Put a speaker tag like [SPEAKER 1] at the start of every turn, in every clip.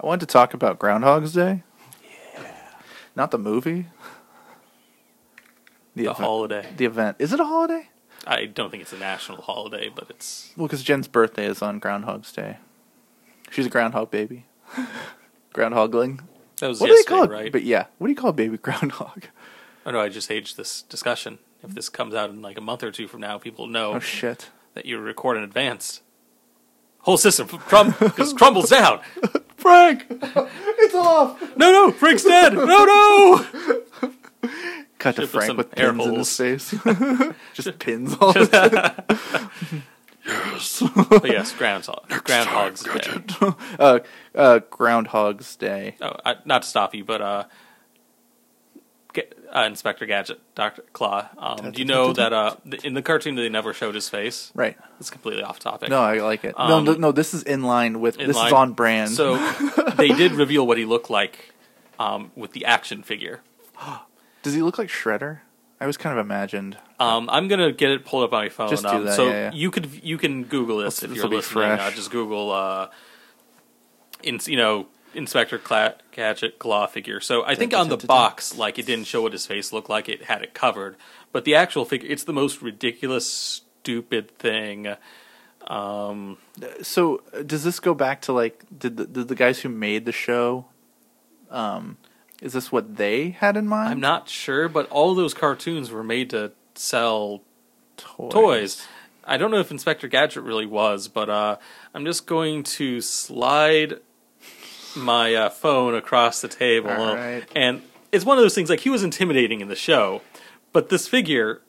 [SPEAKER 1] I wanted to talk about Groundhog's Day. Yeah. Not the movie. The,
[SPEAKER 2] The
[SPEAKER 1] event.
[SPEAKER 2] holiday.
[SPEAKER 1] The event. Is it a holiday?
[SPEAKER 2] I don't think it's a national holiday, but it's
[SPEAKER 1] Well, because Jen's birthday is on Groundhog's Day. She's a groundhog baby. Groundhogling.
[SPEAKER 2] that was
[SPEAKER 1] What do they
[SPEAKER 2] yesterday,
[SPEAKER 1] call it?
[SPEAKER 2] right?
[SPEAKER 1] But yeah, what do you call a baby groundhog?
[SPEAKER 2] oh no, I just aged this discussion. If this comes out in like a month or two from now, people know
[SPEAKER 1] Oh shit!
[SPEAKER 2] that you record in advance. Whole system trum- just crumbles down.
[SPEAKER 1] Frank, it's off.
[SPEAKER 2] No, no, Frank's dead. No, no.
[SPEAKER 1] Cut to
[SPEAKER 2] Should've put
[SPEAKER 1] Frank
[SPEAKER 2] some
[SPEAKER 1] with
[SPEAKER 2] air
[SPEAKER 1] pins in his face. Just pins all the time.
[SPEAKER 2] But yes, groundhog. Groundhog's Day.
[SPEAKER 1] uh, uh, Groundhog's Day.
[SPEAKER 2] Oh, I, not to stop you, but uh, get, uh, Inspector Gadget, Doctor Claw. Um, do you know that uh, th- in the cartoon they never showed his face?
[SPEAKER 1] Right.
[SPEAKER 2] It's completely off topic.
[SPEAKER 1] No, I like it.
[SPEAKER 2] Um,
[SPEAKER 1] no, no, no, this is in line with.
[SPEAKER 2] in
[SPEAKER 1] this
[SPEAKER 2] line.
[SPEAKER 1] is on brand.
[SPEAKER 2] So they did reveal what he looked like um, with the action figure.
[SPEAKER 1] Does he look like Shredder? I was kind of imagined.
[SPEAKER 2] Um, I'm gonna get it pulled up on my phone.
[SPEAKER 1] Just do
[SPEAKER 2] um,
[SPEAKER 1] that,
[SPEAKER 2] so
[SPEAKER 1] yeah, yeah.
[SPEAKER 2] you could you can Google this if
[SPEAKER 1] this
[SPEAKER 2] you're
[SPEAKER 1] will be
[SPEAKER 2] listening.
[SPEAKER 1] fresh.
[SPEAKER 2] Uh, just Google, uh, in, you know, Inspector Cla- Gadget Claw figure. So I think on the box, like it didn't show what his face looked like. It had it covered, but the actual figure, it's the most ridiculous, stupid thing.
[SPEAKER 1] So uh, does this go back to like did the, did the guys who made the show? Um, is this what they had in mind?
[SPEAKER 2] I'm not sure, but all those cartoons were made to sell
[SPEAKER 1] toys.
[SPEAKER 2] toys. I don't know if Inspector Gadget really was, but uh, I'm just going to slide my uh, phone across the table,
[SPEAKER 1] All right.
[SPEAKER 2] and it's one of those things. Like he was intimidating in the show, but this figure,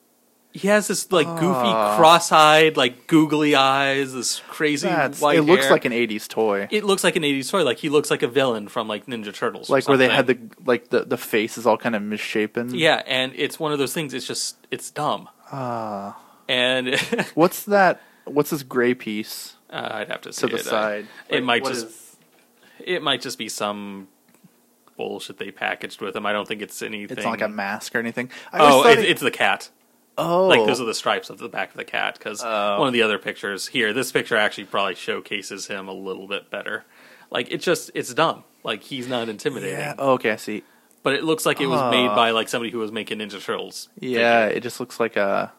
[SPEAKER 2] he has this like goofy, cross-eyed, like googly eyes, this crazy
[SPEAKER 1] That's,
[SPEAKER 2] white.
[SPEAKER 1] it looks
[SPEAKER 2] hair.
[SPEAKER 1] like an '80s toy,
[SPEAKER 2] it looks like an '80s toy. Like he looks like a villain from like Ninja Turtles, or
[SPEAKER 1] like where they
[SPEAKER 2] something.
[SPEAKER 1] had the like the the face is all kind of misshapen.
[SPEAKER 2] yeah, and it's one of those things. It's just it's dumb. Ah. And
[SPEAKER 1] What's that? What's this gray piece
[SPEAKER 2] Uh, I'd have to see
[SPEAKER 1] to the
[SPEAKER 2] it. I-
[SPEAKER 1] side?
[SPEAKER 2] it
[SPEAKER 1] Like,
[SPEAKER 2] might
[SPEAKER 1] what
[SPEAKER 2] just
[SPEAKER 1] is-
[SPEAKER 2] it might just be some bullshit they packaged with him. I don't think it's anything.
[SPEAKER 1] It's not like a mask or anything. I always
[SPEAKER 2] oh,
[SPEAKER 1] thought
[SPEAKER 2] it,
[SPEAKER 1] it-
[SPEAKER 2] it's the cat.
[SPEAKER 1] oh,
[SPEAKER 2] Like those are the stripes of the back of the cat. Because one of the other pictures here, this picture actually probably showcases him a little bit better. Like it's just it's dumb. Like he's not intimidating,
[SPEAKER 1] yeah. Ah. Oh, okay, I see.
[SPEAKER 2] but it looks like it was made by like somebody who was making Ninja Turtles.
[SPEAKER 1] Yeah, it just looks like a.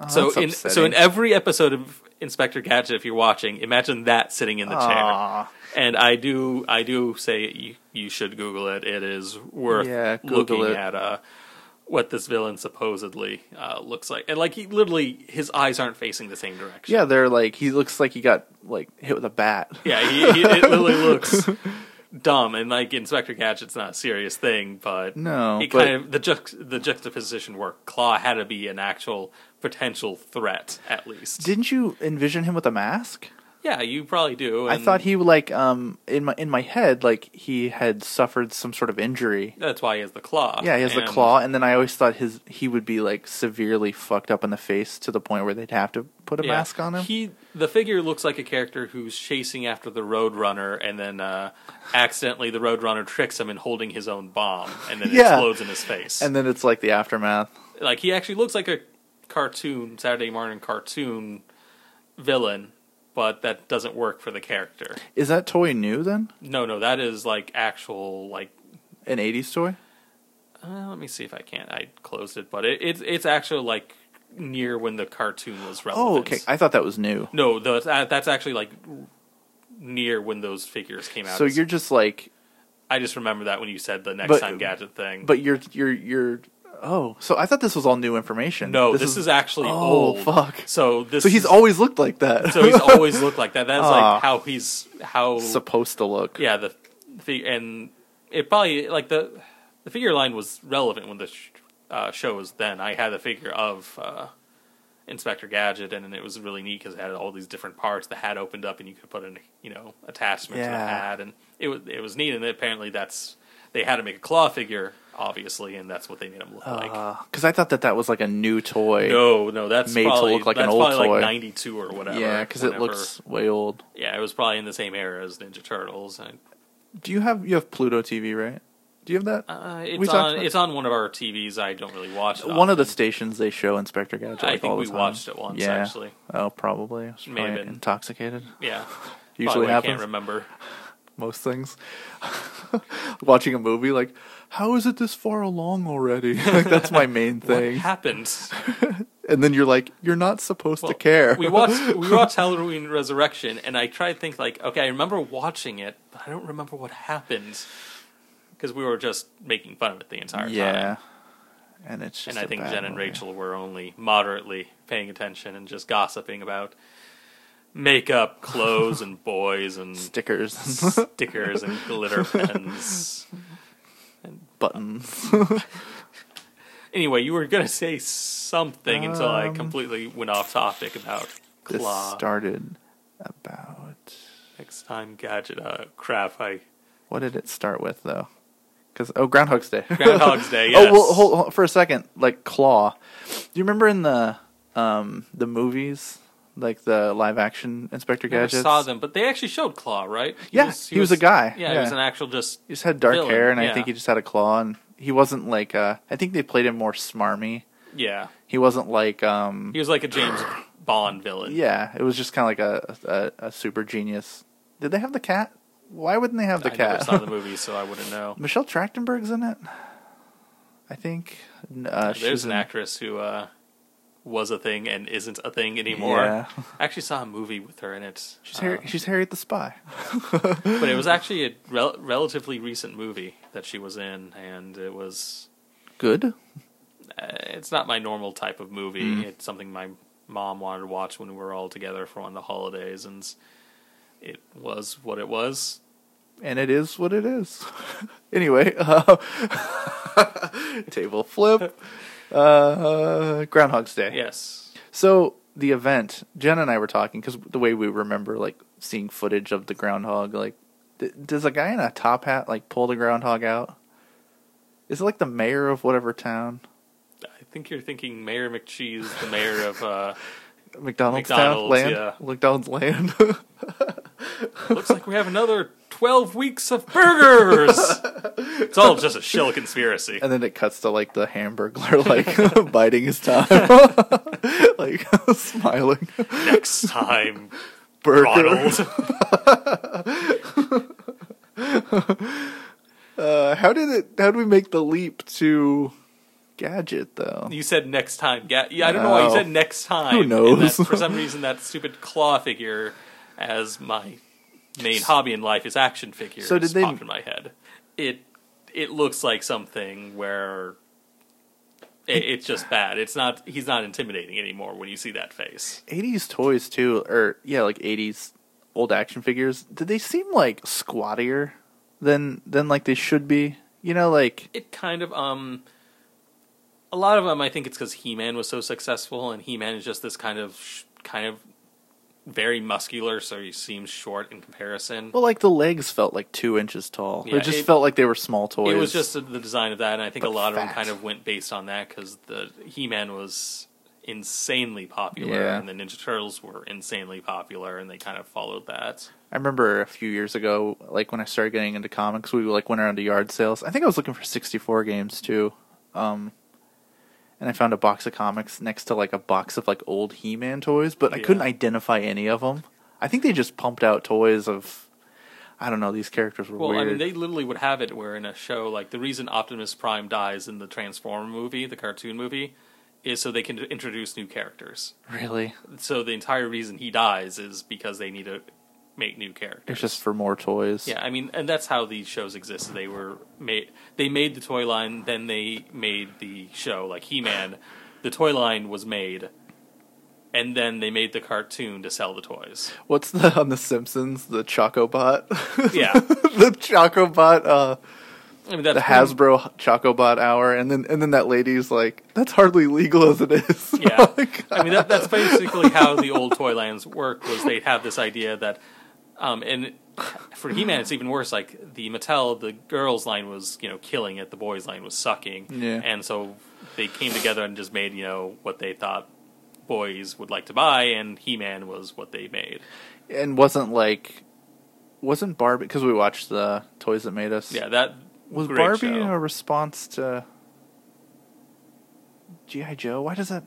[SPEAKER 1] Oh,
[SPEAKER 2] so
[SPEAKER 1] that's
[SPEAKER 2] in so in
[SPEAKER 1] upsetting.
[SPEAKER 2] every episode of Inspector Gadget, if you're watching, imagine that sitting in the chair.
[SPEAKER 1] Aw.
[SPEAKER 2] And I do, I do say you, you should Google it. It is worth
[SPEAKER 1] Yeah, Google
[SPEAKER 2] looking
[SPEAKER 1] it.
[SPEAKER 2] at uh, what this villain supposedly uh, looks like. And like he literally, his eyes aren't facing the same direction.
[SPEAKER 1] Yeah, they're like he looks like he got like hit with a bat.
[SPEAKER 2] yeah. He, he, it literally looks dumb. And like Inspector Gadget's not a serious thing, but
[SPEAKER 1] No,
[SPEAKER 2] it
[SPEAKER 1] but-
[SPEAKER 2] kind of the juxt- the juxtaposition worked. Claw had to be an actual potential threat, at least.
[SPEAKER 1] Didn't you envision him with a mask?
[SPEAKER 2] yeah, you probably do.
[SPEAKER 1] I
[SPEAKER 2] and
[SPEAKER 1] thought he like um in my in my head like he had suffered some sort of injury.
[SPEAKER 2] That's why he has the claw.
[SPEAKER 1] Yeah, he has the
[SPEAKER 2] And-
[SPEAKER 1] claw, and then I always thought his he would be like severely fucked up in the face to the point where they'd have to put a
[SPEAKER 2] Yeah.
[SPEAKER 1] mask on him.
[SPEAKER 2] He the figure looks like a character who's chasing after the Roadrunner, and then uh, accidentally the Roadrunner tricks him in holding his own bomb, and then it
[SPEAKER 1] Yeah.
[SPEAKER 2] explodes in his face.
[SPEAKER 1] and then it's like the aftermath.
[SPEAKER 2] like he actually looks like a cartoon Saturday morning cartoon villain, but that doesn't work for the character.
[SPEAKER 1] Is that toy new then?
[SPEAKER 2] No, no, that is like actual like.
[SPEAKER 1] An '80s toy?
[SPEAKER 2] Uh, let me see if I can't. I closed it, but it, it's it's actually like near when the cartoon was relevant.
[SPEAKER 1] Oh, okay. I thought that was new.
[SPEAKER 2] No, the, that, that's actually like near when those figures came out.
[SPEAKER 1] So you're just like,
[SPEAKER 2] I just remember that when you said the next
[SPEAKER 1] But-
[SPEAKER 2] time gadget thing.
[SPEAKER 1] but you're you're you're. Oh, so I thought this was all new information.
[SPEAKER 2] no, this, is, actually
[SPEAKER 1] Oh,
[SPEAKER 2] old.
[SPEAKER 1] fuck.
[SPEAKER 2] So this.
[SPEAKER 1] So he's Ah.
[SPEAKER 2] is-
[SPEAKER 1] always looked like that.
[SPEAKER 2] So he's always looked like that. That's
[SPEAKER 1] Aw.
[SPEAKER 2] like how he's how.
[SPEAKER 1] supposed to look.
[SPEAKER 2] yeah, the, the and it probably like the the figure line was relevant when the sh- uh, show was then. I had a figure of. Uh, Inspector Gadget, and it was really neat because it had all these different parts. The hat opened up, and you could put an you know attachment to the
[SPEAKER 1] Yeah.
[SPEAKER 2] hat, and it was it was neat. And apparently, that's they had to make a claw figure, obviously, and that's what they made him look like.
[SPEAKER 1] Because Uh, I thought that that was like a new toy.
[SPEAKER 2] No, no, that's
[SPEAKER 1] made to
[SPEAKER 2] probably,
[SPEAKER 1] look like an
[SPEAKER 2] that's
[SPEAKER 1] old
[SPEAKER 2] probably
[SPEAKER 1] toy.
[SPEAKER 2] like ninety two or whatever.
[SPEAKER 1] yeah, because it
[SPEAKER 2] whenever-
[SPEAKER 1] looks way old.
[SPEAKER 2] Yeah, it was probably in the same era as Ninja Turtles. And,
[SPEAKER 1] Do you have you have Pluto TV right? Do you have that?
[SPEAKER 2] uh,
[SPEAKER 1] We
[SPEAKER 2] it's
[SPEAKER 1] talked
[SPEAKER 2] on
[SPEAKER 1] about-
[SPEAKER 2] it's on one of our TVs. I don't really watch it.
[SPEAKER 1] One of the
[SPEAKER 2] often.
[SPEAKER 1] stations they show Inspector Gadget.
[SPEAKER 2] I
[SPEAKER 1] like,
[SPEAKER 2] think
[SPEAKER 1] all the
[SPEAKER 2] we
[SPEAKER 1] time.
[SPEAKER 2] watched it once, actually.
[SPEAKER 1] Oh, probably. I was
[SPEAKER 2] May have
[SPEAKER 1] probably
[SPEAKER 2] been.
[SPEAKER 1] intoxicated.
[SPEAKER 2] yeah Probably,
[SPEAKER 1] Usually
[SPEAKER 2] I can't
[SPEAKER 1] happens.
[SPEAKER 2] remember.
[SPEAKER 1] most things. Watching a movie, like, how is it this far along already? like, that's my main
[SPEAKER 2] What
[SPEAKER 1] thing.
[SPEAKER 2] happened?
[SPEAKER 1] And then you're like, you're not supposed
[SPEAKER 2] Well,
[SPEAKER 1] to care.
[SPEAKER 2] we watched we watched Halloween Resurrection, and I tried to think like, okay, I remember watching it, but I don't remember what happened because we were just making fun of it the entire time.
[SPEAKER 1] yeah. And it's just
[SPEAKER 2] and I
[SPEAKER 1] a
[SPEAKER 2] think
[SPEAKER 1] bad
[SPEAKER 2] Jen and
[SPEAKER 1] movie.
[SPEAKER 2] Rachel were only moderately paying attention and just gossiping about makeup, clothes, and boys, and
[SPEAKER 1] stickers,
[SPEAKER 2] stickers, and glitter pens.
[SPEAKER 1] buttons.
[SPEAKER 2] Anyway, you were going to say something until I
[SPEAKER 1] Um,
[SPEAKER 2] completely went off topic about
[SPEAKER 1] This
[SPEAKER 2] Claw.
[SPEAKER 1] started about
[SPEAKER 2] Next time, Gadget. Uh, crap, I.
[SPEAKER 1] What did it start with though? Because oh, Groundhog's Day.
[SPEAKER 2] Groundhog's Day,
[SPEAKER 1] Oh well,
[SPEAKER 2] yes.
[SPEAKER 1] hold, hold for a second. Like Claw. Do you remember in the um the movies, like the live action Inspector
[SPEAKER 2] never
[SPEAKER 1] Gadget?
[SPEAKER 2] saw them, but they actually showed Claw, right?
[SPEAKER 1] Yeah, he was a guy.
[SPEAKER 2] Yeah, he was
[SPEAKER 1] Yeah.
[SPEAKER 2] an actual just.
[SPEAKER 1] He just had dark
[SPEAKER 2] Villain,
[SPEAKER 1] hair, and
[SPEAKER 2] yeah.
[SPEAKER 1] I think he just had a claw, and he wasn't like. Uh, I think they played him more smarmy.
[SPEAKER 2] Yeah,
[SPEAKER 1] He wasn't like. um
[SPEAKER 2] he was like a James Bond villain.
[SPEAKER 1] Yeah, it was just kind of like a, a a super genius. Did they have the cat? Why wouldn't they have the
[SPEAKER 2] I never
[SPEAKER 1] cat?
[SPEAKER 2] saw the movie, so I wouldn't know.
[SPEAKER 1] Michelle Trachtenberg's in it. I think. N- Uh,
[SPEAKER 2] There's
[SPEAKER 1] she's
[SPEAKER 2] an
[SPEAKER 1] in-
[SPEAKER 2] actress who uh, was a thing and isn't a thing anymore.
[SPEAKER 1] Yeah.
[SPEAKER 2] I actually saw a movie with her in it.
[SPEAKER 1] She's
[SPEAKER 2] uh,
[SPEAKER 1] Harry, she's Harriet the Spy.
[SPEAKER 2] but it was actually a rel- relatively recent movie that she was in, and it was.
[SPEAKER 1] Good.
[SPEAKER 2] Uh, it's not my normal type of movie. It's something my mom wanted to watch when we were all together for one of the holidays, and it was what it was.
[SPEAKER 1] And it is what it is. anyway, uh, table flip. Uh, Groundhog's Day.
[SPEAKER 2] Yes.
[SPEAKER 1] So the event, Jen and I were talking because the way we remember, like seeing footage of the groundhog, like d does a guy in a top hat like pull the groundhog out? Is it like the mayor of whatever town,
[SPEAKER 2] I think you're thinking Mayor McCheese, the mayor of. Uh,
[SPEAKER 1] McDonald's, town,
[SPEAKER 2] McDonald's,
[SPEAKER 1] land,
[SPEAKER 2] yeah.
[SPEAKER 1] McDonald's land?
[SPEAKER 2] Looks like we have another 12 weeks of burgers! it's all just a shell conspiracy.
[SPEAKER 1] and then it cuts to like the Hamburglar like biting his tongue, like smiling.
[SPEAKER 2] Next time,
[SPEAKER 1] Burger.
[SPEAKER 2] Ronald.
[SPEAKER 1] Uh, how did it? How did we make the leap to gadget though?
[SPEAKER 2] You said next time. Ga- Yeah, I don't know why you
[SPEAKER 1] No.
[SPEAKER 2] said next time.
[SPEAKER 1] Who
[SPEAKER 2] and that-
[SPEAKER 1] knows?
[SPEAKER 2] for some reason, that stupid claw figure as my main hobby in life is action figures.
[SPEAKER 1] So did they-
[SPEAKER 2] popped in my head? It it looks like something where it, it's just bad. It's not. He's not intimidating anymore when you see that face.
[SPEAKER 1] 80s toys too or yeah like 80s old action figures did they seem like squattier than than like they should be you know like
[SPEAKER 2] it kind of um a lot of them i think it's because he-man was so successful and he-man is just this kind of sh- kind of very muscular so he seems short in comparison
[SPEAKER 1] well like the legs felt like two inches tall
[SPEAKER 2] Yeah,
[SPEAKER 1] it just
[SPEAKER 2] it-
[SPEAKER 1] felt like they were small toys
[SPEAKER 2] it was just the design of that and i think a
[SPEAKER 1] But
[SPEAKER 2] lot of them
[SPEAKER 1] fat.
[SPEAKER 2] kind of went based on that because the he-man was insanely popular
[SPEAKER 1] Yeah.
[SPEAKER 2] and the ninja turtles were insanely popular and they kind of followed that
[SPEAKER 1] i remember a few years ago like when i started getting into comics we like went around to yard sales i think i was looking for 64 games too um and i found a box of comics next to like a box of like old he-man toys but i
[SPEAKER 2] Yeah.
[SPEAKER 1] couldn't identify any of them i think they just pumped out toys of I don't know. These characters were
[SPEAKER 2] Well,
[SPEAKER 1] weird.
[SPEAKER 2] I mean, they literally would have it where in a show, like the reason Optimus Prime dies in the Transformer movie, the cartoon movie, is so they can introduce new characters.
[SPEAKER 1] Really?
[SPEAKER 2] So the entire reason he dies is because they need to make new characters.
[SPEAKER 1] It's just for more toys.
[SPEAKER 2] yeah, I mean, and that's how these shows existed. They were made. They made the toy line, then they made the show, like He Man. The toy line was made, and then they made the cartoon to sell the toys.
[SPEAKER 1] What's the on the Simpsons? The Chocobot.
[SPEAKER 2] Yeah.
[SPEAKER 1] the Chocobot. Uh,
[SPEAKER 2] I mean,
[SPEAKER 1] the
[SPEAKER 2] that's pretty-
[SPEAKER 1] Hasbro Chocobot hour, and then and then that lady's like, "That's hardly legal as it is." Oh
[SPEAKER 2] Yeah,
[SPEAKER 1] Like,
[SPEAKER 2] I mean that, that's basically how the old toy lines worked. Was they'd have this idea that, um, and for He Man, it's even worse. Like the Mattel, the girls line was you know killing it, the boys line was sucking,
[SPEAKER 1] Yeah.
[SPEAKER 2] and so they came together and just made you know what they thought boys would like to buy, and He Man was what they made.
[SPEAKER 1] and wasn't like, wasn't Barbie because we watched the Toys That Made Us.
[SPEAKER 2] Yeah, that
[SPEAKER 1] was
[SPEAKER 2] great
[SPEAKER 1] Barbie
[SPEAKER 2] show.
[SPEAKER 1] a response to GI Joe? Why does that?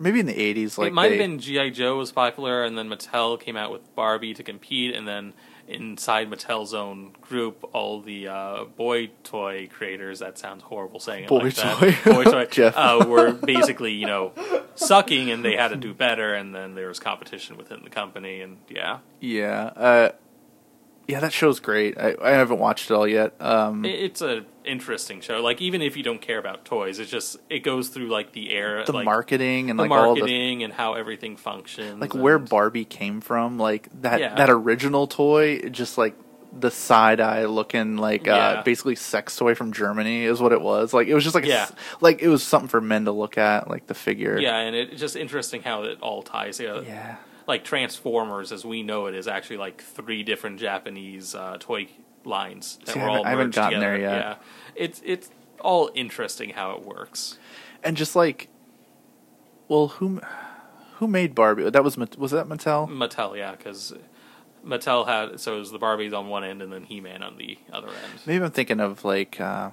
[SPEAKER 1] Maybe in the eighties, like
[SPEAKER 2] it might
[SPEAKER 1] they-
[SPEAKER 2] have been GI Joe was popular, and then Mattel came out with Barbie to compete, and then inside Mattel's own group, all the uh, boy toy creators. That sounds horrible saying it
[SPEAKER 1] Boy
[SPEAKER 2] like that.
[SPEAKER 1] toy.
[SPEAKER 2] Boy toy.
[SPEAKER 1] Jeff.
[SPEAKER 2] Uh, were basically you know sucking, and they had to do better, and then there was competition within the company, and yeah,
[SPEAKER 1] Yeah. Uh, yeah, that show's great. I, I haven't watched it all yet. Um,
[SPEAKER 2] I- it's a interesting show. Like even if you don't care about toys, it's just it goes through like the era,
[SPEAKER 1] the
[SPEAKER 2] like,
[SPEAKER 1] marketing and
[SPEAKER 2] the
[SPEAKER 1] like all the
[SPEAKER 2] marketing, and how everything functions,
[SPEAKER 1] like where
[SPEAKER 2] and-
[SPEAKER 1] Barbie came from, like that
[SPEAKER 2] Yeah.
[SPEAKER 1] that original toy, just like the side eye looking like
[SPEAKER 2] Yeah.
[SPEAKER 1] uh, basically sex toy from Germany is what it was. Like it was just like a s-
[SPEAKER 2] Yeah.
[SPEAKER 1] like it was something for men to look at, like the figure.
[SPEAKER 2] Yeah, and it- it's just interesting how it all ties together.
[SPEAKER 1] Yeah.
[SPEAKER 2] Like Transformers, as we know it, is actually like three different Japanese uh, toy lines that
[SPEAKER 1] See, I
[SPEAKER 2] were all
[SPEAKER 1] haven't- I haven't
[SPEAKER 2] merged
[SPEAKER 1] gotten
[SPEAKER 2] together.
[SPEAKER 1] there yet.
[SPEAKER 2] Yeah, it's it's all interesting how it works.
[SPEAKER 1] And just like, well, who who made Barbie? That was Mat- was that Mattel?
[SPEAKER 2] Mattel, yeah, because Mattel had so it was the Barbies on one end and then He Man on the other end.
[SPEAKER 1] Maybe I'm thinking of like uh,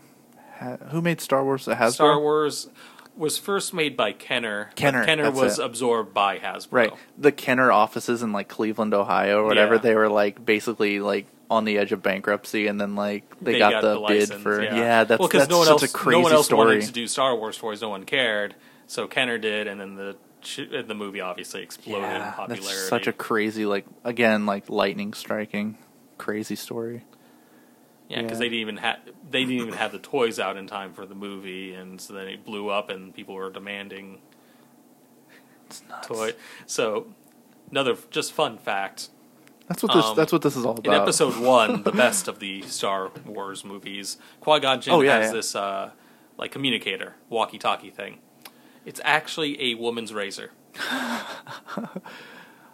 [SPEAKER 1] ha- who made Star Wars? Hasbro.
[SPEAKER 2] Star Wars was first made by Kenner. but
[SPEAKER 1] Kenner,
[SPEAKER 2] Kenner
[SPEAKER 1] that's
[SPEAKER 2] was
[SPEAKER 1] it.
[SPEAKER 2] absorbed by Hasbro.
[SPEAKER 1] Right. The Kenner offices in like Cleveland, Ohio or whatever,
[SPEAKER 2] Yeah.
[SPEAKER 1] they were like basically like on the edge of bankruptcy and then like they, got, the, bid
[SPEAKER 2] license,
[SPEAKER 1] for yeah, that's,
[SPEAKER 2] well, 'cause
[SPEAKER 1] that's
[SPEAKER 2] no one
[SPEAKER 1] such
[SPEAKER 2] else,
[SPEAKER 1] a crazy
[SPEAKER 2] no one else
[SPEAKER 1] story.
[SPEAKER 2] wanted to do Star Wars toys. No one cared, so Kenner did, and then the ch- the movie obviously exploded in
[SPEAKER 1] yeah,
[SPEAKER 2] popularity.
[SPEAKER 1] that's such a crazy like again like lightning striking crazy story.
[SPEAKER 2] yeah, because
[SPEAKER 1] yeah.
[SPEAKER 2] they didn't even have they didn't even have the toys out in time for the movie, and so then it blew up, and people were demanding
[SPEAKER 1] It's nuts.
[SPEAKER 2] toy. So another f- just fun fact.
[SPEAKER 1] That's what this
[SPEAKER 2] Um,
[SPEAKER 1] that's what this is all
[SPEAKER 2] In
[SPEAKER 1] about.
[SPEAKER 2] episode one, the best of the Star Wars movies, Qui Gon Jinn
[SPEAKER 1] Oh, yeah,
[SPEAKER 2] has
[SPEAKER 1] yeah.
[SPEAKER 2] this uh, like communicator, walkie-talkie thing. It's actually a woman's razor.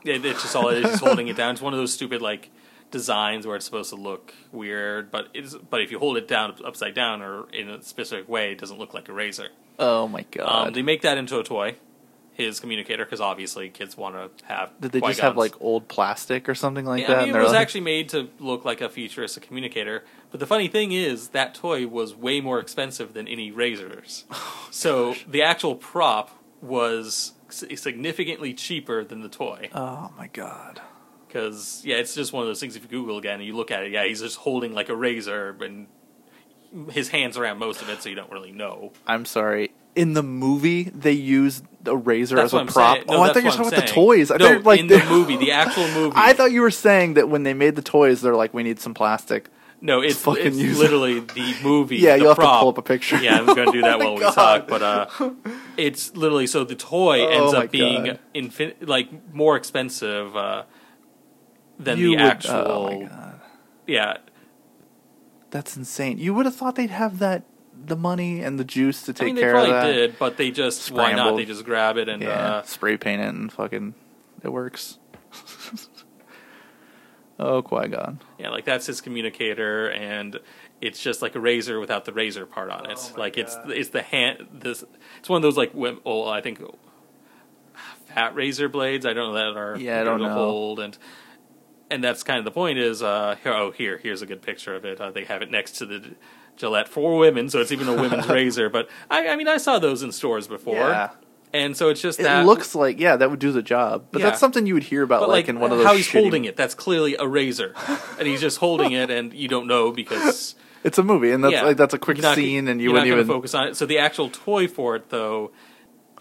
[SPEAKER 2] it, it's just all it is, just holding it down. It's one of those stupid like designs where it's supposed to look weird, but it's but if you hold it down upside down or in a specific way, it doesn't look like a razor.
[SPEAKER 1] oh my
[SPEAKER 2] Um,
[SPEAKER 1] god.
[SPEAKER 2] they make that into a toy, his communicator, because obviously kids want to have.
[SPEAKER 1] Did they just have
[SPEAKER 2] Qui-Gons.
[SPEAKER 1] like old plastic or something like
[SPEAKER 2] Yeah,
[SPEAKER 1] that?
[SPEAKER 2] I mean,
[SPEAKER 1] and
[SPEAKER 2] it
[SPEAKER 1] they're
[SPEAKER 2] was
[SPEAKER 1] like-
[SPEAKER 2] actually made to look like a futuristic communicator. But the funny thing is, that toy was way more expensive than any razors.
[SPEAKER 1] Oh,
[SPEAKER 2] so the actual prop was si- significantly cheaper than the toy.
[SPEAKER 1] Oh my god.
[SPEAKER 2] Because, yeah, it's just one of those things if you Google again and you look at it, yeah, he's just holding like a razor and his hands around most of it, so you don't really know.
[SPEAKER 1] I'm sorry. In the movie, they used a razor
[SPEAKER 2] That's
[SPEAKER 1] as
[SPEAKER 2] what
[SPEAKER 1] a
[SPEAKER 2] I'm
[SPEAKER 1] prop.
[SPEAKER 2] saying. No,
[SPEAKER 1] oh, I
[SPEAKER 2] that's
[SPEAKER 1] thought you were
[SPEAKER 2] what
[SPEAKER 1] talking
[SPEAKER 2] I'm
[SPEAKER 1] about the
[SPEAKER 2] saying.
[SPEAKER 1] toys. I
[SPEAKER 2] No,
[SPEAKER 1] thought, like
[SPEAKER 2] in the movie, the actual movie.
[SPEAKER 1] I thought you were saying that when they made the toys, they're like, we need some plastic.
[SPEAKER 2] No, it's,
[SPEAKER 1] fucking
[SPEAKER 2] it's
[SPEAKER 1] use-
[SPEAKER 2] literally the movie.
[SPEAKER 1] Yeah,
[SPEAKER 2] the
[SPEAKER 1] you'll have to
[SPEAKER 2] prop.
[SPEAKER 1] pull up a picture.
[SPEAKER 2] Yeah, I'm going to do that
[SPEAKER 1] Oh my
[SPEAKER 2] while we
[SPEAKER 1] God.
[SPEAKER 2] talk. But uh, it's literally so the toy
[SPEAKER 1] Oh
[SPEAKER 2] ends
[SPEAKER 1] my
[SPEAKER 2] up being
[SPEAKER 1] God.
[SPEAKER 2] infin- like more expensive uh, than
[SPEAKER 1] You
[SPEAKER 2] the
[SPEAKER 1] would-
[SPEAKER 2] actual.
[SPEAKER 1] Oh my god,
[SPEAKER 2] yeah,
[SPEAKER 1] that's insane. You would have thought they'd have that, the money and the juice to take
[SPEAKER 2] I mean they
[SPEAKER 1] care of
[SPEAKER 2] probably
[SPEAKER 1] that.
[SPEAKER 2] did, but they just why not?
[SPEAKER 1] Scrambled.
[SPEAKER 2] They just grab it and
[SPEAKER 1] Yeah,
[SPEAKER 2] uh,
[SPEAKER 1] spray paint it and fucking, it works. oh Qui Gon.
[SPEAKER 2] yeah, like that's his communicator, and it's just like a razor without the razor part on it.
[SPEAKER 1] Oh my
[SPEAKER 2] like it's
[SPEAKER 1] God.
[SPEAKER 2] it's the hand. This it's one of those like wim- oh I think fat razor blades. I don't know that are
[SPEAKER 1] Yeah, I don't
[SPEAKER 2] they're to
[SPEAKER 1] know.
[SPEAKER 2] hold and. And that's kind of the point is, uh, here, oh, here, here's a good picture of it. Uh, they have it next to the Gillette for women, so it's even a women's razor. But I, I mean, I saw those in stores before,
[SPEAKER 1] Yeah.
[SPEAKER 2] and so it's just
[SPEAKER 1] It
[SPEAKER 2] that
[SPEAKER 1] looks like yeah, that would do the job. But
[SPEAKER 2] Yeah.
[SPEAKER 1] that's something you would hear about
[SPEAKER 2] but
[SPEAKER 1] like,
[SPEAKER 2] like,
[SPEAKER 1] in one of those.
[SPEAKER 2] how he's
[SPEAKER 1] shitty-
[SPEAKER 2] holding it that's clearly a razor and he's just holding it and you don't know because
[SPEAKER 1] It's a movie, and that's
[SPEAKER 2] yeah,
[SPEAKER 1] like that's a quick
[SPEAKER 2] you're not-
[SPEAKER 1] scene, and you
[SPEAKER 2] you're not
[SPEAKER 1] wouldn't
[SPEAKER 2] gonna
[SPEAKER 1] even
[SPEAKER 2] focus on it so the actual toy for it though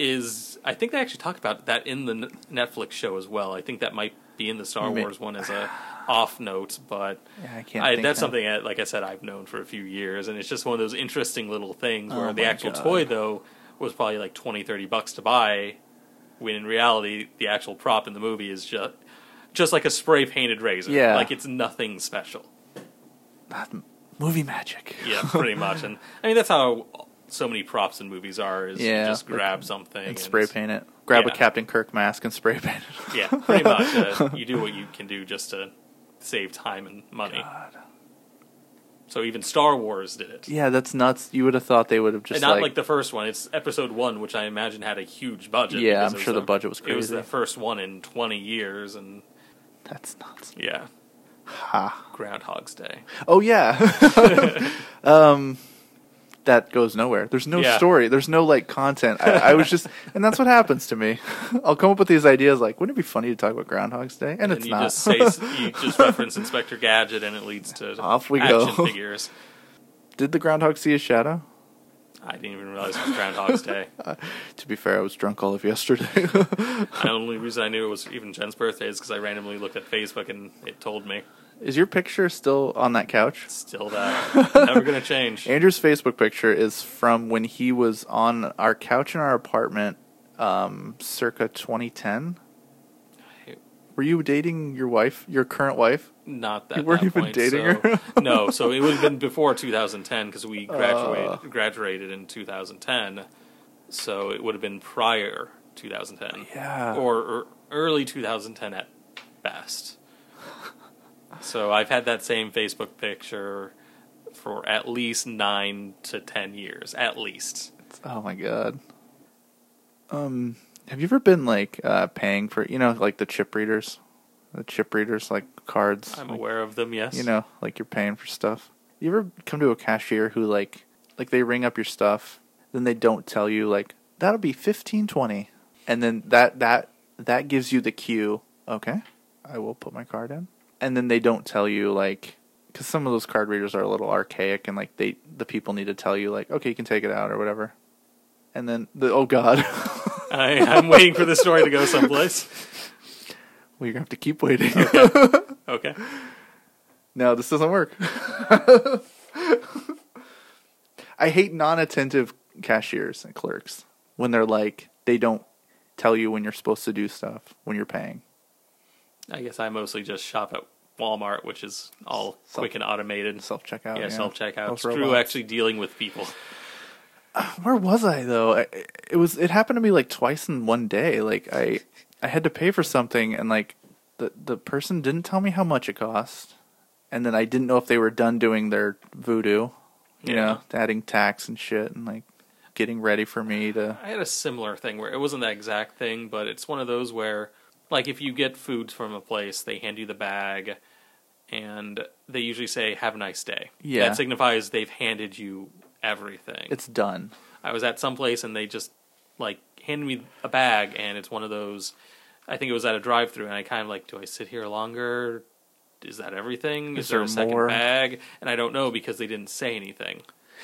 [SPEAKER 2] is i think they actually talk about that in the N- netflix show as well i think that might be in the star
[SPEAKER 1] May-
[SPEAKER 2] wars one as a off note but
[SPEAKER 1] Yeah, I can't.
[SPEAKER 2] I,
[SPEAKER 1] think
[SPEAKER 2] that's
[SPEAKER 1] now.
[SPEAKER 2] something that, like i said i've known for a few years and it's just one of those interesting little things
[SPEAKER 1] Oh
[SPEAKER 2] where the
[SPEAKER 1] my
[SPEAKER 2] actual
[SPEAKER 1] God.
[SPEAKER 2] toy though was probably like 20 30 bucks to buy when in reality the actual prop in the movie is just just like a spray painted razor
[SPEAKER 1] Yeah.
[SPEAKER 2] like it's nothing special
[SPEAKER 1] That's m- movie magic.
[SPEAKER 2] yeah pretty much and i mean that's how so many props in movies are is
[SPEAKER 1] Yeah,
[SPEAKER 2] you just
[SPEAKER 1] like-
[SPEAKER 2] grab something
[SPEAKER 1] and spray
[SPEAKER 2] s-
[SPEAKER 1] paint it. Grab
[SPEAKER 2] Yeah.
[SPEAKER 1] a Captain Kirk mask and spray paint it.
[SPEAKER 2] yeah pretty much uh, you do what you can do just to save time and money
[SPEAKER 1] God.
[SPEAKER 2] so even star wars did it
[SPEAKER 1] Yeah, that's nuts. You would have thought they would have just
[SPEAKER 2] and not
[SPEAKER 1] like,
[SPEAKER 2] like, the first one. It's episode one, which I imagine had a huge budget.
[SPEAKER 1] Yeah,
[SPEAKER 2] because
[SPEAKER 1] I'm
[SPEAKER 2] it
[SPEAKER 1] sure the budget was
[SPEAKER 2] It was the
[SPEAKER 1] crazy.
[SPEAKER 2] first one in 20 years, and
[SPEAKER 1] that's nuts.
[SPEAKER 2] yeah,
[SPEAKER 1] Ha.
[SPEAKER 2] Groundhog's Day.
[SPEAKER 1] Oh yeah. um, that goes nowhere. There's no
[SPEAKER 2] Yeah.
[SPEAKER 1] story. There's no like content. I, I was just, and that's what happens to me. I'll come up with these ideas like, wouldn't it be funny to talk about Groundhog's Day? And, it's
[SPEAKER 2] you
[SPEAKER 1] not.
[SPEAKER 2] just say you just reference Inspector Gadget, and it leads to
[SPEAKER 1] Off we
[SPEAKER 2] action
[SPEAKER 1] go.
[SPEAKER 2] figures.
[SPEAKER 1] Did the groundhog see a shadow? Uh,
[SPEAKER 2] I didn't even realize it was Groundhog's Day.
[SPEAKER 1] To be fair, I was drunk all of yesterday.
[SPEAKER 2] the only reason I knew it was even Jen's birthday is because I randomly looked at Facebook and it told me.
[SPEAKER 1] Is your picture still on that couch?
[SPEAKER 2] Still that never gonna change.
[SPEAKER 1] Andrew's Facebook picture is from when he was on our couch in our apartment, um, circa 2010. Were you dating your wife, your current wife?
[SPEAKER 2] Not that
[SPEAKER 1] You weren't
[SPEAKER 2] that
[SPEAKER 1] even
[SPEAKER 2] point,
[SPEAKER 1] dating
[SPEAKER 2] so-
[SPEAKER 1] her?
[SPEAKER 2] no, so it would have been before 2010 because we graduated
[SPEAKER 1] Ah.
[SPEAKER 2] graduated in 2010, so it would have been prior 2010.
[SPEAKER 1] Yeah.
[SPEAKER 2] or, or early 2010 at best. So I've had that same Facebook picture for at least nine to ten years, at least.
[SPEAKER 1] Oh my god. Um, have you ever been like uh, paying for you know like the chip readers, the chip readers like cards?
[SPEAKER 2] I'm
[SPEAKER 1] like,
[SPEAKER 2] aware of them. Yes,
[SPEAKER 1] You know, like you're paying for stuff. You ever come to a cashier who like like they ring up your stuff, then they don't tell you like that'll be fifteen twenty, and then that that that gives you the cue. Okay, I will put my card in, and then they don't tell you like because some of those card readers are a little archaic and like they the people need to tell you like okay you can take it out or whatever, and then the oh god.
[SPEAKER 2] I, I'm waiting for the story to go someplace.
[SPEAKER 1] Well, you're gonna have to keep waiting.
[SPEAKER 2] Okay.
[SPEAKER 1] No, this doesn't work. I hate non-attentive cashiers and clerks when they're like they don't tell you when you're supposed to do stuff when you're paying.
[SPEAKER 2] I guess I mostly just shop at Walmart, which is all
[SPEAKER 1] Self-
[SPEAKER 2] quick and automated.
[SPEAKER 1] Self checkout.
[SPEAKER 2] yeah, self checkout.
[SPEAKER 1] Those
[SPEAKER 2] Screw
[SPEAKER 1] robots.
[SPEAKER 2] actually dealing with people.
[SPEAKER 1] Where was I though? I, it was. It happened to me like twice in one day. Like I, I had to pay for something and like the the person didn't tell me how much it cost, and then I didn't know if they were done doing their voodoo,
[SPEAKER 2] Yeah.
[SPEAKER 1] you know, adding tax and shit and like getting ready for me to.
[SPEAKER 2] I had a similar thing where it wasn't that exact thing, but it's one of those where, like, if you get food from a place, they hand you the bag, and they usually say "Have a nice day."
[SPEAKER 1] Yeah.
[SPEAKER 2] that signifies they've handed you everything.
[SPEAKER 1] It's done.
[SPEAKER 2] I was at some place and they just like handed me a bag, and it's one of those. I think it was at a drive-through, and I kind of like, do I sit here longer? Is that everything? Is,
[SPEAKER 1] Is
[SPEAKER 2] there,
[SPEAKER 1] there
[SPEAKER 2] a second
[SPEAKER 1] more?
[SPEAKER 2] bag? And I don't know because they didn't say anything.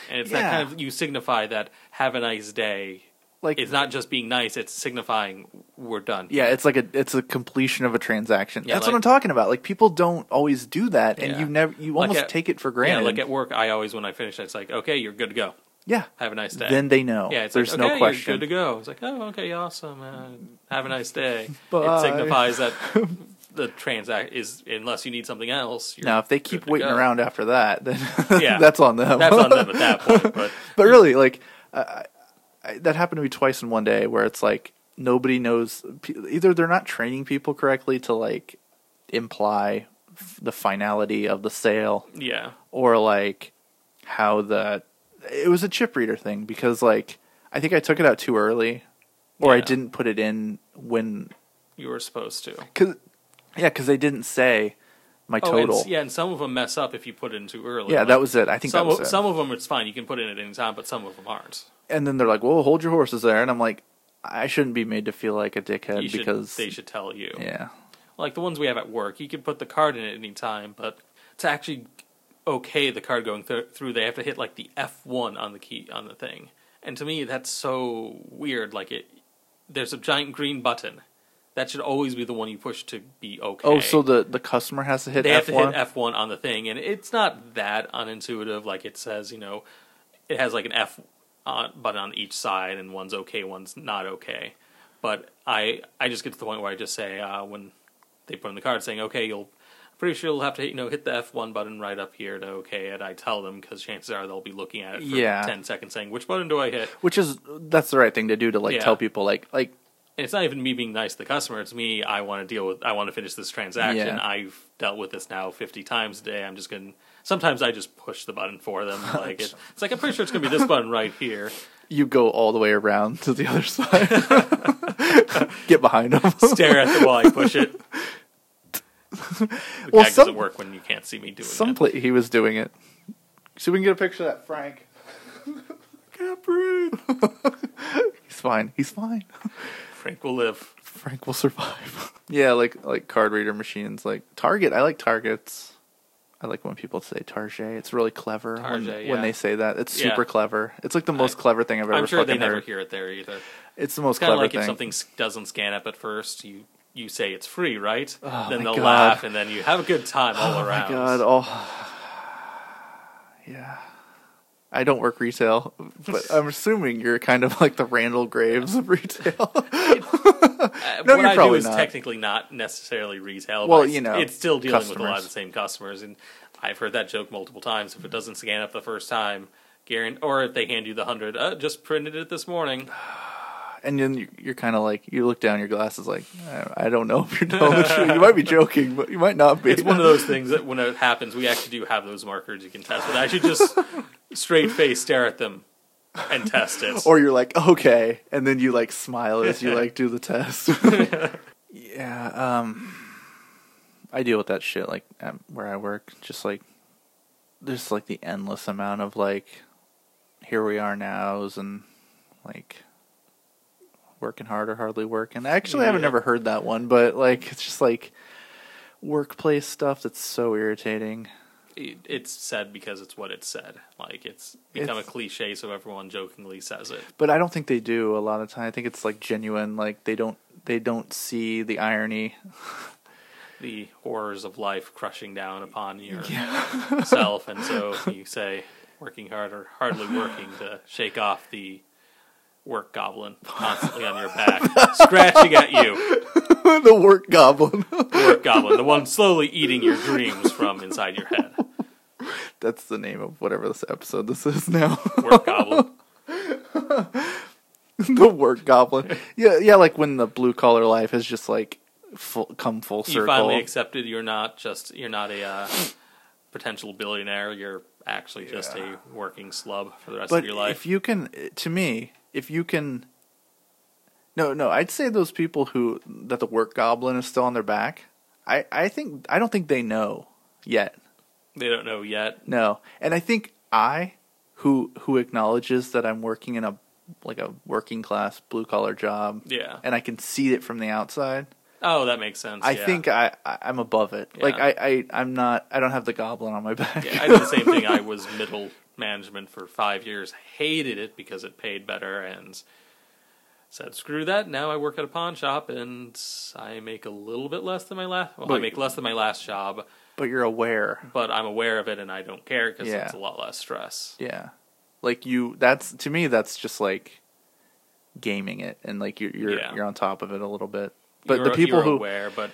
[SPEAKER 2] And it's
[SPEAKER 1] Yeah.
[SPEAKER 2] that kind of you signify that have a nice day
[SPEAKER 1] Like
[SPEAKER 2] it's not just being nice; it's signifying we're done.
[SPEAKER 1] yeah, it's like a it's a completion of a transaction.
[SPEAKER 2] Yeah,
[SPEAKER 1] That's what
[SPEAKER 2] like-
[SPEAKER 1] I'm talking about. Like people don't always do that, and
[SPEAKER 2] Yeah.
[SPEAKER 1] you never you
[SPEAKER 2] Like
[SPEAKER 1] almost
[SPEAKER 2] at-
[SPEAKER 1] take it for
[SPEAKER 2] yeah.
[SPEAKER 1] granted.
[SPEAKER 2] Like at work, I always when I finish, it's like, okay, you're good to go.
[SPEAKER 1] Yeah.
[SPEAKER 2] Have a nice day.
[SPEAKER 1] Then they know.
[SPEAKER 2] yeah, it's
[SPEAKER 1] Oh, There's
[SPEAKER 2] like,
[SPEAKER 1] no
[SPEAKER 2] okay,
[SPEAKER 1] question.
[SPEAKER 2] You're good to go. It's like, oh, okay, awesome. Uh, have a nice day.
[SPEAKER 1] Bye.
[SPEAKER 2] It signifies that the transact is unless you need something else. You're
[SPEAKER 1] Now, if they
[SPEAKER 2] good
[SPEAKER 1] keep
[SPEAKER 2] to
[SPEAKER 1] waiting
[SPEAKER 2] go.
[SPEAKER 1] around after that, then
[SPEAKER 2] Yeah.
[SPEAKER 1] that's on them.
[SPEAKER 2] that's on them at that point. But
[SPEAKER 1] but really, like I, I, that happened to me twice in one day, where it's like nobody knows. pe- Either they're not training people correctly to like imply f- the finality of the sale,
[SPEAKER 2] yeah,
[SPEAKER 1] or like how the it was a chip reader thing because like I think I took it out too early or I
[SPEAKER 2] Yeah.
[SPEAKER 1] didn't put it in when
[SPEAKER 2] you were supposed to.
[SPEAKER 1] cuz yeah cuz they didn't say my
[SPEAKER 2] Oh, and,
[SPEAKER 1] total.
[SPEAKER 2] s- yeah, and some of them mess up if you put it in too early.
[SPEAKER 1] Yeah,
[SPEAKER 2] Like,
[SPEAKER 1] that was it. I think
[SPEAKER 2] some
[SPEAKER 1] that was
[SPEAKER 2] of,
[SPEAKER 1] it.
[SPEAKER 2] some of them it's fine. You can put it in at any time, but some of them aren't.
[SPEAKER 1] and then they're like, "Well, hold your horses there." And I'm like, "I shouldn't be made to feel like a dickhead
[SPEAKER 2] You should-
[SPEAKER 1] because
[SPEAKER 2] they should tell you.
[SPEAKER 1] yeah.
[SPEAKER 2] like the ones we have at work, you can put the card in at any time, but to actually okay the card going th- through, they have to hit like the F1 on the key on the thing. And to me, that's so weird. Like it, there's a giant green button. That should always be the one you push to be okay.
[SPEAKER 1] Oh, so the the customer has to hit
[SPEAKER 2] they have
[SPEAKER 1] F1.
[SPEAKER 2] to hit F1 on the thing, and it's not that unintuitive. Like it says, you know, it has like an F on, button on each side, and one's okay, one's not okay. But I I just get to the point where I just say uh, when they put in the card saying, okay, you'll I'm pretty sure you'll have to hit, you know hit the F1 button right up here to okay it. I tell them because chances are they'll be looking at it for
[SPEAKER 1] Yeah.
[SPEAKER 2] ten seconds, saying which button do I hit?
[SPEAKER 1] which is that's the right thing to do to like
[SPEAKER 2] Yeah.
[SPEAKER 1] tell people like like
[SPEAKER 2] And it's not even me being nice to the customer. It's me. I want to deal with. I want to finish this transaction.
[SPEAKER 1] Yeah.
[SPEAKER 2] I've dealt with this now fifty times a day. I'm just gonna. Sometimes I just push the button for them. Like it's, it's like I'm pretty sure it's gonna be this button right here.
[SPEAKER 1] you go all the way around to the other side. Get behind them.
[SPEAKER 2] Stare at the while I push it. The
[SPEAKER 1] Well,
[SPEAKER 2] gag
[SPEAKER 1] some-
[SPEAKER 2] doesn't work when you can't see me doing
[SPEAKER 1] Some
[SPEAKER 2] it.
[SPEAKER 1] pla he was doing it. So we can get a picture of that Frank. can't breathe. He's fine. He's fine.
[SPEAKER 2] Frank will live.
[SPEAKER 1] Frank will survive. yeah, like like card reader machines, like Target. I like Targets. I like when people say Target. It's really clever when,
[SPEAKER 2] Target,
[SPEAKER 1] when
[SPEAKER 2] yeah.
[SPEAKER 1] they say that. It's
[SPEAKER 2] Yeah.
[SPEAKER 1] super clever. It's like the most
[SPEAKER 2] I-
[SPEAKER 1] clever thing I've ever
[SPEAKER 2] I'm sure they
[SPEAKER 1] fucking
[SPEAKER 2] never
[SPEAKER 1] heard.
[SPEAKER 2] hear it there either.
[SPEAKER 1] It's the most
[SPEAKER 2] It's kind
[SPEAKER 1] clever
[SPEAKER 2] of like
[SPEAKER 1] thing.
[SPEAKER 2] if something s- doesn't scan up at first, you you say it's free, right?
[SPEAKER 1] Oh,
[SPEAKER 2] then
[SPEAKER 1] my
[SPEAKER 2] they'll
[SPEAKER 1] God.
[SPEAKER 2] laugh, and then you have a good time all
[SPEAKER 1] oh
[SPEAKER 2] around.
[SPEAKER 1] my god! Oh, yeah. I don't work retail, but I'm assuming you're kind of like the Randall Graves of retail.
[SPEAKER 2] Uh,
[SPEAKER 1] No,
[SPEAKER 2] what
[SPEAKER 1] you're
[SPEAKER 2] I do
[SPEAKER 1] probably
[SPEAKER 2] is
[SPEAKER 1] not.
[SPEAKER 2] technically not necessarily retail.
[SPEAKER 1] Well,
[SPEAKER 2] but it's-
[SPEAKER 1] you know,
[SPEAKER 2] it's still dealing with a lot
[SPEAKER 1] customers.
[SPEAKER 2] of the same customers, and I've heard that joke multiple times. If it doesn't scan up the first time, guarantee, or if they hand you the hundred, uh, just printed it this morning.
[SPEAKER 1] and then you- you're kind of like you look down your glasses like I I don't know if you're telling the truth. You might be joking, but you might not be.
[SPEAKER 2] It's one of those things that when it happens, we actually do have those markers you can test, but I should just straight face stare at them and test it.
[SPEAKER 1] or you're like okay, and then you like smile as you like do the test. yeah, um, I deal with that shit like at where I work. Just like there's like the endless amount of like here we are nows and like working hard or hardly working. Actually, I haven't
[SPEAKER 2] Yeah.
[SPEAKER 1] never heard that one, but like it's just like workplace stuff that's so irritating.
[SPEAKER 2] It- it's said because it's what it's said. Like it's become
[SPEAKER 1] It's-
[SPEAKER 2] a cliche, so everyone jokingly says it.
[SPEAKER 1] but I don't think they do a lot of time. I think it's like genuine. Like they don't they don't see the irony.
[SPEAKER 2] The horrors of life crushing down upon yourself, and so you say, working hard or hardly working to shake off the work goblin constantly on your back, scratching at you.
[SPEAKER 1] the work goblin.
[SPEAKER 2] Work goblin, the one slowly eating your dreams from inside your head.
[SPEAKER 1] That's the name of whatever this episode this is now.
[SPEAKER 2] Work goblin.
[SPEAKER 1] the work goblin. Yeah, yeah. Like when the blue collar life has just like full, come full circle.
[SPEAKER 2] You finally accepted you're not just you're not a uh, potential billionaire. You're actually just a working slub for the rest
[SPEAKER 1] but
[SPEAKER 2] of your life.
[SPEAKER 1] if you can, to me, if you can. No, no. I'd say those people who that the work goblin is still on their back. I, I think I don't think they know yet.
[SPEAKER 2] they don't know yet.
[SPEAKER 1] No, and I think I, who who acknowledges that I'm working in a like a working class blue collar job,
[SPEAKER 2] Yeah.
[SPEAKER 1] and I can see it from the outside.
[SPEAKER 2] Oh, that makes sense.
[SPEAKER 1] I
[SPEAKER 2] yeah.
[SPEAKER 1] think I, I I'm above it. Like
[SPEAKER 2] Yeah.
[SPEAKER 1] I, I I'm not. I don't have the goblin on my back.
[SPEAKER 2] yeah, I did the same thing. I was middle management for five years. Hated it because it paid better and said screw that. Now I work at a pawn shop and I make a little bit less than my last. Well, I
[SPEAKER 1] But-
[SPEAKER 2] make less than my last job,
[SPEAKER 1] but you're aware.
[SPEAKER 2] but I'm aware of it and I don't care because
[SPEAKER 1] Yeah.
[SPEAKER 2] it's a lot less stress.
[SPEAKER 1] Yeah, like you. That's to me. That's just like gaming it, and like you're you're
[SPEAKER 2] Yeah.
[SPEAKER 1] you're on top of it a little bit. But
[SPEAKER 2] You're-
[SPEAKER 1] the people
[SPEAKER 2] you're
[SPEAKER 1] who
[SPEAKER 2] aware, but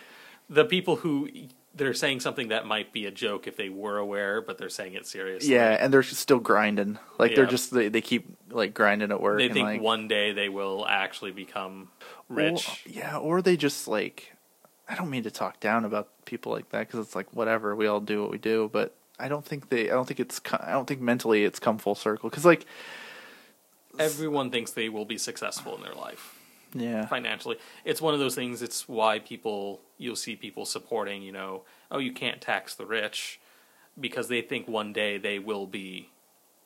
[SPEAKER 2] the people who they're saying something that might be a joke if they were aware, but they're saying it seriously.
[SPEAKER 1] yeah, and they're still grinding. Like they're
[SPEAKER 2] Yeah.
[SPEAKER 1] just they, they keep like grinding at work.
[SPEAKER 2] they
[SPEAKER 1] and,
[SPEAKER 2] think
[SPEAKER 1] like,
[SPEAKER 2] one day they will actually become rich.
[SPEAKER 1] Or, yeah, or they just like I don't mean to talk down about people like that because it's like whatever we all do what we do, but I don't think they I don't think it's co- I don't think mentally it's come full circle because like
[SPEAKER 2] Everyone thinks they will be successful in their life
[SPEAKER 1] yeah
[SPEAKER 2] financially. It's one of those things. It's why people you'll see people supporting. You know, oh, you can't tax the rich because they think one day they will be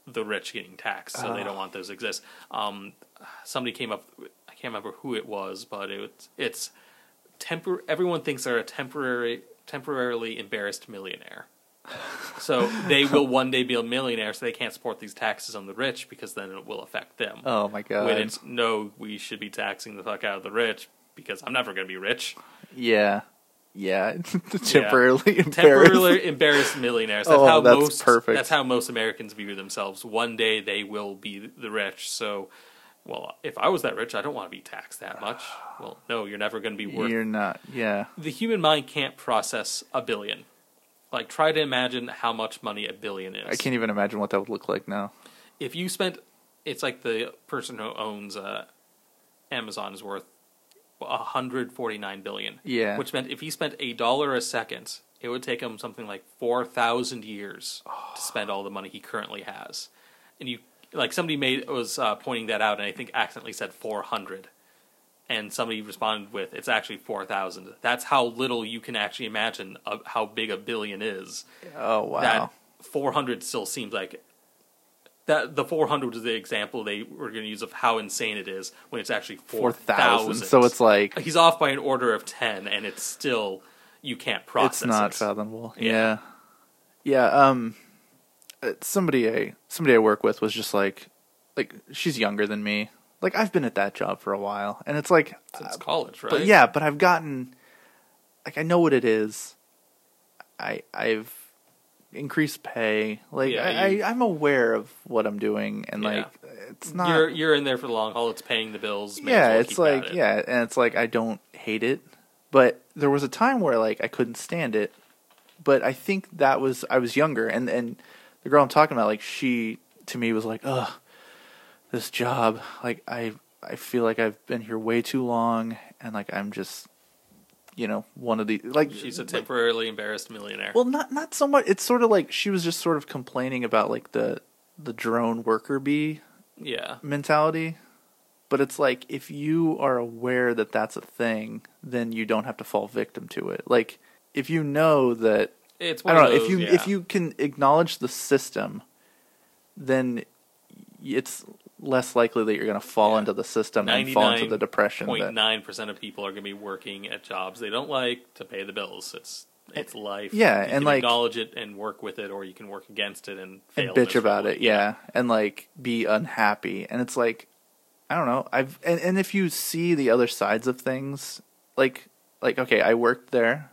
[SPEAKER 2] the rich getting taxed, so they
[SPEAKER 1] Ah.
[SPEAKER 2] don't want those to exist. Um, somebody came up. I can't remember who it was, but it, it's tempor- Everyone thinks they're a temporary, temporarily embarrassed millionaire. So they will one day be a millionaire, so they can't support these taxes on the rich because then it will affect them
[SPEAKER 1] oh my god
[SPEAKER 2] when it's no, we should be taxing the fuck out of the rich because I'm never going to be rich.
[SPEAKER 1] yeah yeah temporarily embarrassed.
[SPEAKER 2] Temporarily embarrassed millionaires. That's
[SPEAKER 1] Oh,
[SPEAKER 2] how
[SPEAKER 1] that's
[SPEAKER 2] most
[SPEAKER 1] perfect.
[SPEAKER 2] That's how most Americans view themselves. One day they will be the rich. So, well, if I was that rich, I don't want to be taxed that much. Well, no, you're never going to be worth.
[SPEAKER 1] you're not yeah
[SPEAKER 2] The human mind can't process a billion. Like, try to imagine how much money a billion is.
[SPEAKER 1] I can't even imagine what that would look like now
[SPEAKER 2] if you spent it's like the person who owns uh, amazon is worth 149 billion
[SPEAKER 1] Yeah.
[SPEAKER 2] which meant if he spent a dollar a second it would take him something like 4000 years to spend all the money he currently has and you like somebody made was uh, pointing that out and i think accidentally said 400 and somebody responded with it's actually 4000 that's how little you can actually imagine of how big a billion is
[SPEAKER 1] oh wow
[SPEAKER 2] that 400 still seems like that the 400 was the example they were going to use of how insane it is when it's actually
[SPEAKER 1] 4,000.
[SPEAKER 2] 4,000.
[SPEAKER 1] So it's like,
[SPEAKER 2] he's off by an order of 10 and it's still you can't process
[SPEAKER 1] it's not
[SPEAKER 2] it.
[SPEAKER 1] fathomable.
[SPEAKER 2] Yeah.
[SPEAKER 1] Yeah. yeah, Um, uh, somebody I somebody I work with was just like, like she's younger than me. Like I've been at that job for a while, and it's like,
[SPEAKER 2] since college, right?
[SPEAKER 1] but yeah, but I've gotten, like I know what it is. I I've increased pay. Like
[SPEAKER 2] Yeah,
[SPEAKER 1] I,
[SPEAKER 2] you-
[SPEAKER 1] I I'm aware of what I'm doing, and
[SPEAKER 2] Yeah.
[SPEAKER 1] like it's not.
[SPEAKER 2] you're you're in there for the long haul. It's paying the bills. may as
[SPEAKER 1] yeah
[SPEAKER 2] well
[SPEAKER 1] it's
[SPEAKER 2] keep at
[SPEAKER 1] like
[SPEAKER 2] it.
[SPEAKER 1] yeah and it's like i don't hate it but there was a time where like i couldn't stand it but i think that was i was younger and and the girl i'm talking about like she to me was like ugh this job like i i feel like i've been here way too long and like i'm just you know one of the like
[SPEAKER 2] She's a
[SPEAKER 1] like,
[SPEAKER 2] temporarily embarrassed millionaire.
[SPEAKER 1] well, not not so much. It's sort of like she was just sort of complaining about like the the drone worker bee
[SPEAKER 2] yeah,
[SPEAKER 1] mentality. But it's like if you are aware that that's a thing, then you don't have to fall victim to it. Like if you know that
[SPEAKER 2] it's
[SPEAKER 1] I
[SPEAKER 2] one
[SPEAKER 1] don't
[SPEAKER 2] of
[SPEAKER 1] know if
[SPEAKER 2] those,
[SPEAKER 1] you
[SPEAKER 2] yeah.
[SPEAKER 1] if you can acknowledge the system, then it's less likely that you're going to fall
[SPEAKER 2] Yeah.
[SPEAKER 1] into the system and fall into the depression.
[SPEAKER 2] Point
[SPEAKER 1] that-
[SPEAKER 2] nine percent of people are going to be working at jobs they don't like to pay the bills. It's it's life.
[SPEAKER 1] yeah,
[SPEAKER 2] You
[SPEAKER 1] and,
[SPEAKER 2] can
[SPEAKER 1] like-
[SPEAKER 2] acknowledge it and work with it, or you can work against it and fail
[SPEAKER 1] and bitch about
[SPEAKER 2] miserably.
[SPEAKER 1] it, yeah, and like be unhappy, and it's like, I don't know, I've and, and if you see the other sides of things, like like okay, I worked there,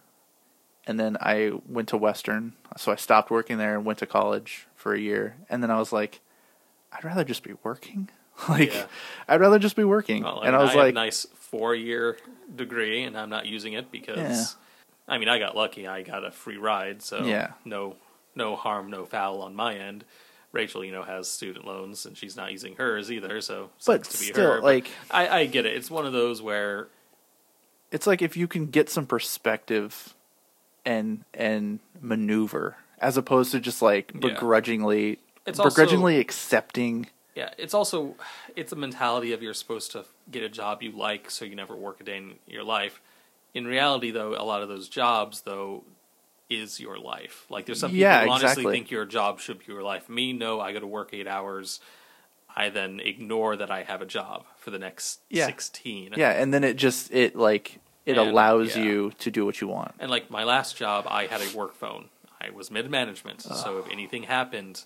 [SPEAKER 1] and then I went to Western, so I stopped working there and went to college for a year, and then I was like, I'd rather just be working, like
[SPEAKER 2] Yeah.
[SPEAKER 1] I'd rather just be working,
[SPEAKER 2] Well,
[SPEAKER 1] and I was
[SPEAKER 2] have a
[SPEAKER 1] like,
[SPEAKER 2] nice four year degree, and I'm not using it because I mean I got lucky. I got a free ride, so
[SPEAKER 1] Yeah.
[SPEAKER 2] no no harm, no foul on my end. Rachel, you know, has student loans, and she's not using hers either. So
[SPEAKER 1] but
[SPEAKER 2] sucks to be
[SPEAKER 1] still,
[SPEAKER 2] her. But
[SPEAKER 1] like
[SPEAKER 2] I, I get it. It's one of those where
[SPEAKER 1] it's like if you can get some perspective and and maneuver as opposed to just like
[SPEAKER 2] Yeah.
[SPEAKER 1] begrudgingly
[SPEAKER 2] It's also-
[SPEAKER 1] begrudgingly accepting
[SPEAKER 2] Yeah, it's also it's a mentality of you're supposed to get a job you like, so you never work a day in your life. In reality, though, a lot of those jobs though is your life. Like there's some people
[SPEAKER 1] Yeah,
[SPEAKER 2] who honestly
[SPEAKER 1] exactly.
[SPEAKER 2] think your job should be your life. Me, no, I go to work eight hours. I then ignore that I have a job for the next
[SPEAKER 1] Yeah.
[SPEAKER 2] sixteen.
[SPEAKER 1] yeah and then it just it like it
[SPEAKER 2] And,
[SPEAKER 1] allows
[SPEAKER 2] yeah.
[SPEAKER 1] you to do what you want
[SPEAKER 2] And like my last job, I had a work phone. I was mid management,
[SPEAKER 1] Ah.
[SPEAKER 2] so if anything happened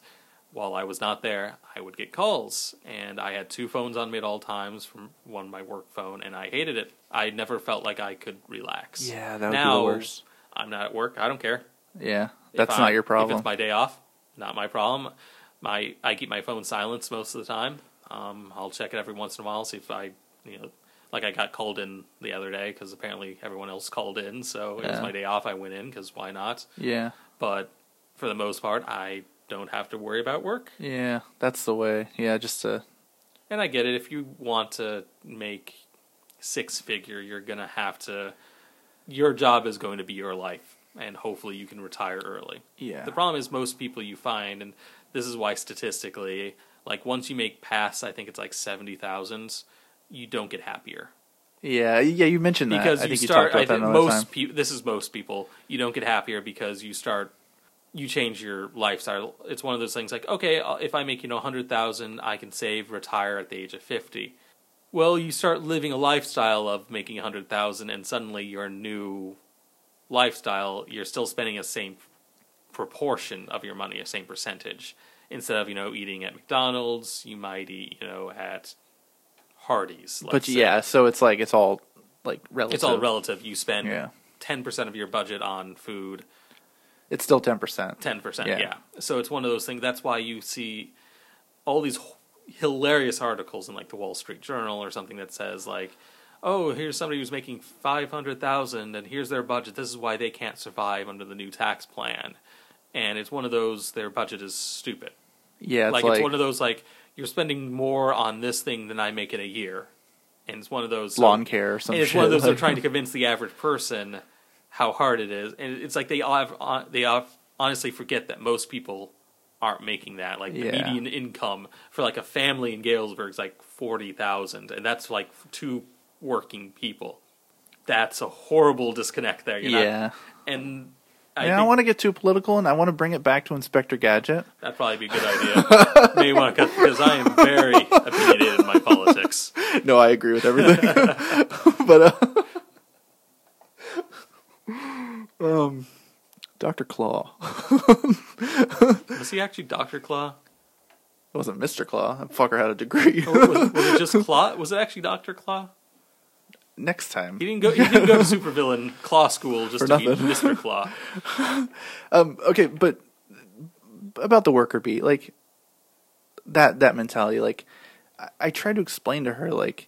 [SPEAKER 2] while I was not there, I would get calls. And I had two phones on me at all times from one my work phone, and I hated it. I never felt like I could relax.
[SPEAKER 1] Yeah, that would be the
[SPEAKER 2] now,
[SPEAKER 1] worst.
[SPEAKER 2] I'm not at work. I don't care.
[SPEAKER 1] yeah
[SPEAKER 2] If
[SPEAKER 1] that's
[SPEAKER 2] I-
[SPEAKER 1] not your
[SPEAKER 2] If
[SPEAKER 1] problem
[SPEAKER 2] it's my day off, not my problem. My I keep my phone silenced most of the time. Um, I'll check it every once in a while, see if I, you know, like I got called in the other day because apparently everyone else called in, so it was
[SPEAKER 1] Yeah.
[SPEAKER 2] my day off. I went in because why not?
[SPEAKER 1] yeah
[SPEAKER 2] But for the most part, I don't have to worry about work,
[SPEAKER 1] yeah that's the way yeah just to
[SPEAKER 2] and I get it. If you want to make six figure, you're gonna have to. Your job is going to be your life, and hopefully, you can retire early.
[SPEAKER 1] yeah
[SPEAKER 2] The problem is most people you find, and this is why statistically, like once you make past, I think it's like seventy thousand, you don't get happier
[SPEAKER 1] yeah yeah you mentioned that
[SPEAKER 2] because
[SPEAKER 1] i
[SPEAKER 2] you
[SPEAKER 1] think you
[SPEAKER 2] start.
[SPEAKER 1] talked about
[SPEAKER 2] I
[SPEAKER 1] that
[SPEAKER 2] think
[SPEAKER 1] another
[SPEAKER 2] most
[SPEAKER 1] time
[SPEAKER 2] people. This is most people. You don't get happier because you start. You change your lifestyle. It's one of those things like, okay, I'll- if I make you know hundred thousand, I can save, retire at the age of fifty. Well, you start living a lifestyle of making a hundred thousand, and suddenly your new lifestyle, you're still spending the same proportion of your money, a same percentage. Instead of you know eating at McDonald's, you might eat you know at Hardee's.
[SPEAKER 1] but
[SPEAKER 2] let's say
[SPEAKER 1] yeah so it's like it's all like relative
[SPEAKER 2] it's all relative. You
[SPEAKER 1] Yeah.
[SPEAKER 2] spend ten percent of your budget on food,
[SPEAKER 1] it's still 10%
[SPEAKER 2] ten percent,
[SPEAKER 1] Yeah.
[SPEAKER 2] yeah. So it's one of those things. That's why you see all these h- hilarious articles in like the Wall Street Journal or something that says like, "Oh, here's somebody who's making five hundred thousand, and here's their budget. This is why they can't survive under the new tax plan." And it's one of those. Their budget is stupid.
[SPEAKER 1] yeah it's
[SPEAKER 2] like,
[SPEAKER 1] like,
[SPEAKER 2] it's one of those like you're spending more on this thing than I make in a year. And it's one of those so-
[SPEAKER 1] lawn care or some
[SPEAKER 2] and it's
[SPEAKER 1] shit
[SPEAKER 2] one of those they're
[SPEAKER 1] like-
[SPEAKER 2] trying to convince the average person how hard it is, and it's like they all have on- they all honestly forget that most people aren't making that. Like the
[SPEAKER 1] Yeah.
[SPEAKER 2] median income for like a family in Galesburg is like forty thousand, and that's like two working people. That's a horrible disconnect there. You're not-
[SPEAKER 1] yeah
[SPEAKER 2] and
[SPEAKER 1] I,
[SPEAKER 2] I
[SPEAKER 1] don't
[SPEAKER 2] think-
[SPEAKER 1] want to get too political, and I want to bring it back to Inspector Gadget.
[SPEAKER 2] That'd probably be a good idea. Maybe want to cut because I am very opinionated in my politics.
[SPEAKER 1] No, I agree with everything. but uh, um, Doctor Claw.
[SPEAKER 2] Was he actually Doctor Claw?
[SPEAKER 1] It wasn't Mr. Claw. That fucker had a degree.
[SPEAKER 2] Or was, was Oh, it just Claw? Was it actually Doctor Claw?
[SPEAKER 1] Next time.
[SPEAKER 2] He didn't go. He didn't go to supervillain Claw school just
[SPEAKER 1] For
[SPEAKER 2] to be
[SPEAKER 1] nothing.
[SPEAKER 2] Mister Claw.
[SPEAKER 1] Um, okay, but about the worker bee, like that that mentality, like I, I tried to explain to her, like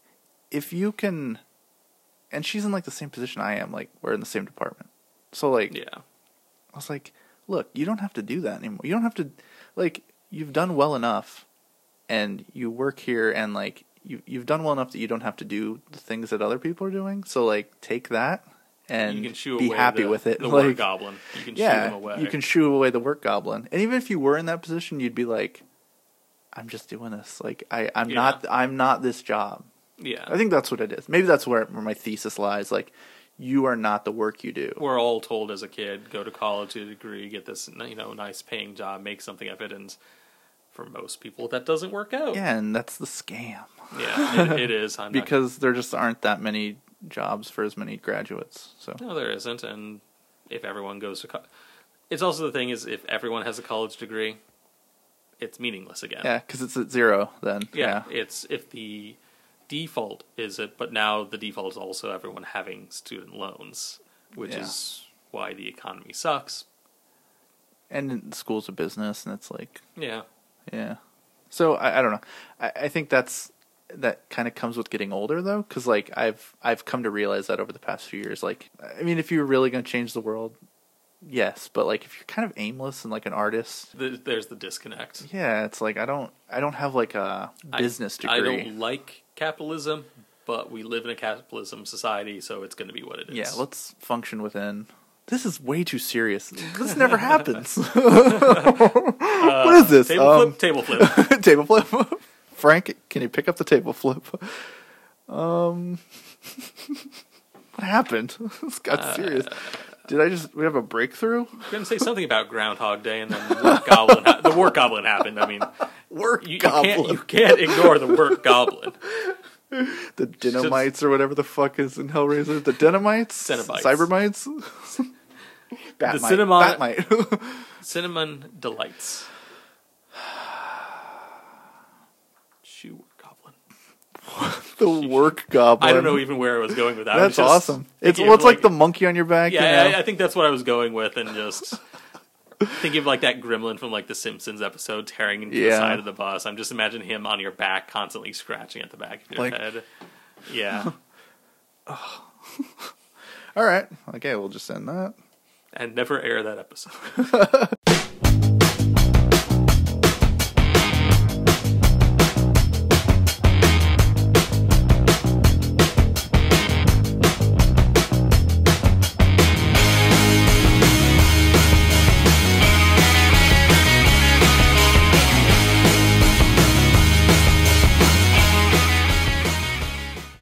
[SPEAKER 1] if you can, and she's in like the same position I am, like we're in the same department, so like
[SPEAKER 2] Yeah,
[SPEAKER 1] I was like, look, you don't have to do that anymore. You don't have to, like, you've done well enough, and you work here, and like, you you've done well enough that you don't have to do the things that other people are doing. So like, take that and
[SPEAKER 2] you can shoo
[SPEAKER 1] be
[SPEAKER 2] away
[SPEAKER 1] happy
[SPEAKER 2] the,
[SPEAKER 1] with it.
[SPEAKER 2] The War
[SPEAKER 1] like,
[SPEAKER 2] Goblin. You can shoo him
[SPEAKER 1] yeah,
[SPEAKER 2] away.
[SPEAKER 1] you can shoo away the work goblin. And even if you were in that position, you'd be like, I'm just doing this. Like, I I'm
[SPEAKER 2] Yeah.
[SPEAKER 1] not I'm not this job. I
[SPEAKER 2] Yeah,
[SPEAKER 1] think that's what it is. Maybe that's where where my thesis lies. Like, you are not the work you do.
[SPEAKER 2] we're all told as a kid, go to college, get a degree, get this you know nice paying job, make something of it, and for most people that doesn't work out.
[SPEAKER 1] Yeah, and that's the scam.
[SPEAKER 2] Yeah, it, it is. I'm not
[SPEAKER 1] because there just aren't that many jobs for as many graduates. So
[SPEAKER 2] No, there isn't. And if everyone goes to, co- it's also the thing is if everyone has a college degree, it's meaningless again.
[SPEAKER 1] yeah, because it's at zero then.
[SPEAKER 2] Yeah, It's if the default is it, but now the default is also everyone having student loans, which
[SPEAKER 1] Yeah.
[SPEAKER 2] is why the economy sucks.
[SPEAKER 1] and in school's a business, and it's like
[SPEAKER 2] Yeah.
[SPEAKER 1] yeah. So I, I don't know. I, I think that's that kind of comes with getting older though, because like I've I've come to realize that over the past few years. Like I mean, if you're really going to change the world, yes, but like if you're kind of aimless and like an artist.
[SPEAKER 2] Th- There's the disconnect.
[SPEAKER 1] Yeah, it's like I don't, I don't have like a
[SPEAKER 2] I-
[SPEAKER 1] business
[SPEAKER 2] I
[SPEAKER 1] degree.
[SPEAKER 2] don't like capitalism, but we live in a capitalism society, so it's going to be what it is.
[SPEAKER 1] Yeah, let's function within. This is way too serious. This never happens. what is this?
[SPEAKER 2] Uh, Table
[SPEAKER 1] Um,
[SPEAKER 2] flip, table flip.
[SPEAKER 1] table flip. Frank, can you pick up the table flip? Um, what happened? this got
[SPEAKER 2] Uh,
[SPEAKER 1] serious. Did I just? We have a breakthrough.
[SPEAKER 2] going to say something about Groundhog Day, and then the work goblin. Ha- the work goblin happened. I mean,
[SPEAKER 1] Work
[SPEAKER 2] you, you can't
[SPEAKER 1] goblin.
[SPEAKER 2] you can't ignore the work goblin.
[SPEAKER 1] the dynamites or whatever the fuck is in Hellraiser. The dynamites.
[SPEAKER 2] Cenobites.
[SPEAKER 1] Cybermites. Batmite.
[SPEAKER 2] cinema-
[SPEAKER 1] Batmite.
[SPEAKER 2] Cinnamon delights. Shoe work goblin.
[SPEAKER 1] the work goblin.
[SPEAKER 2] I don't know even where I was going with that. I was
[SPEAKER 1] That's
[SPEAKER 2] just
[SPEAKER 1] awesome. It's
[SPEAKER 2] thinking
[SPEAKER 1] well,
[SPEAKER 2] of,
[SPEAKER 1] it's like, the monkey on your back.
[SPEAKER 2] yeah.
[SPEAKER 1] you know?
[SPEAKER 2] I, I think that's what I was going with, and just. Thinking of like that gremlin from like the Simpsons episode tearing into the
[SPEAKER 1] Yeah.
[SPEAKER 2] side of the bus. I'm just imagining him on your back, constantly scratching at the back of your
[SPEAKER 1] Like-
[SPEAKER 2] head. Yeah.
[SPEAKER 1] All right. Okay, we'll just end that.
[SPEAKER 2] and never air that episode.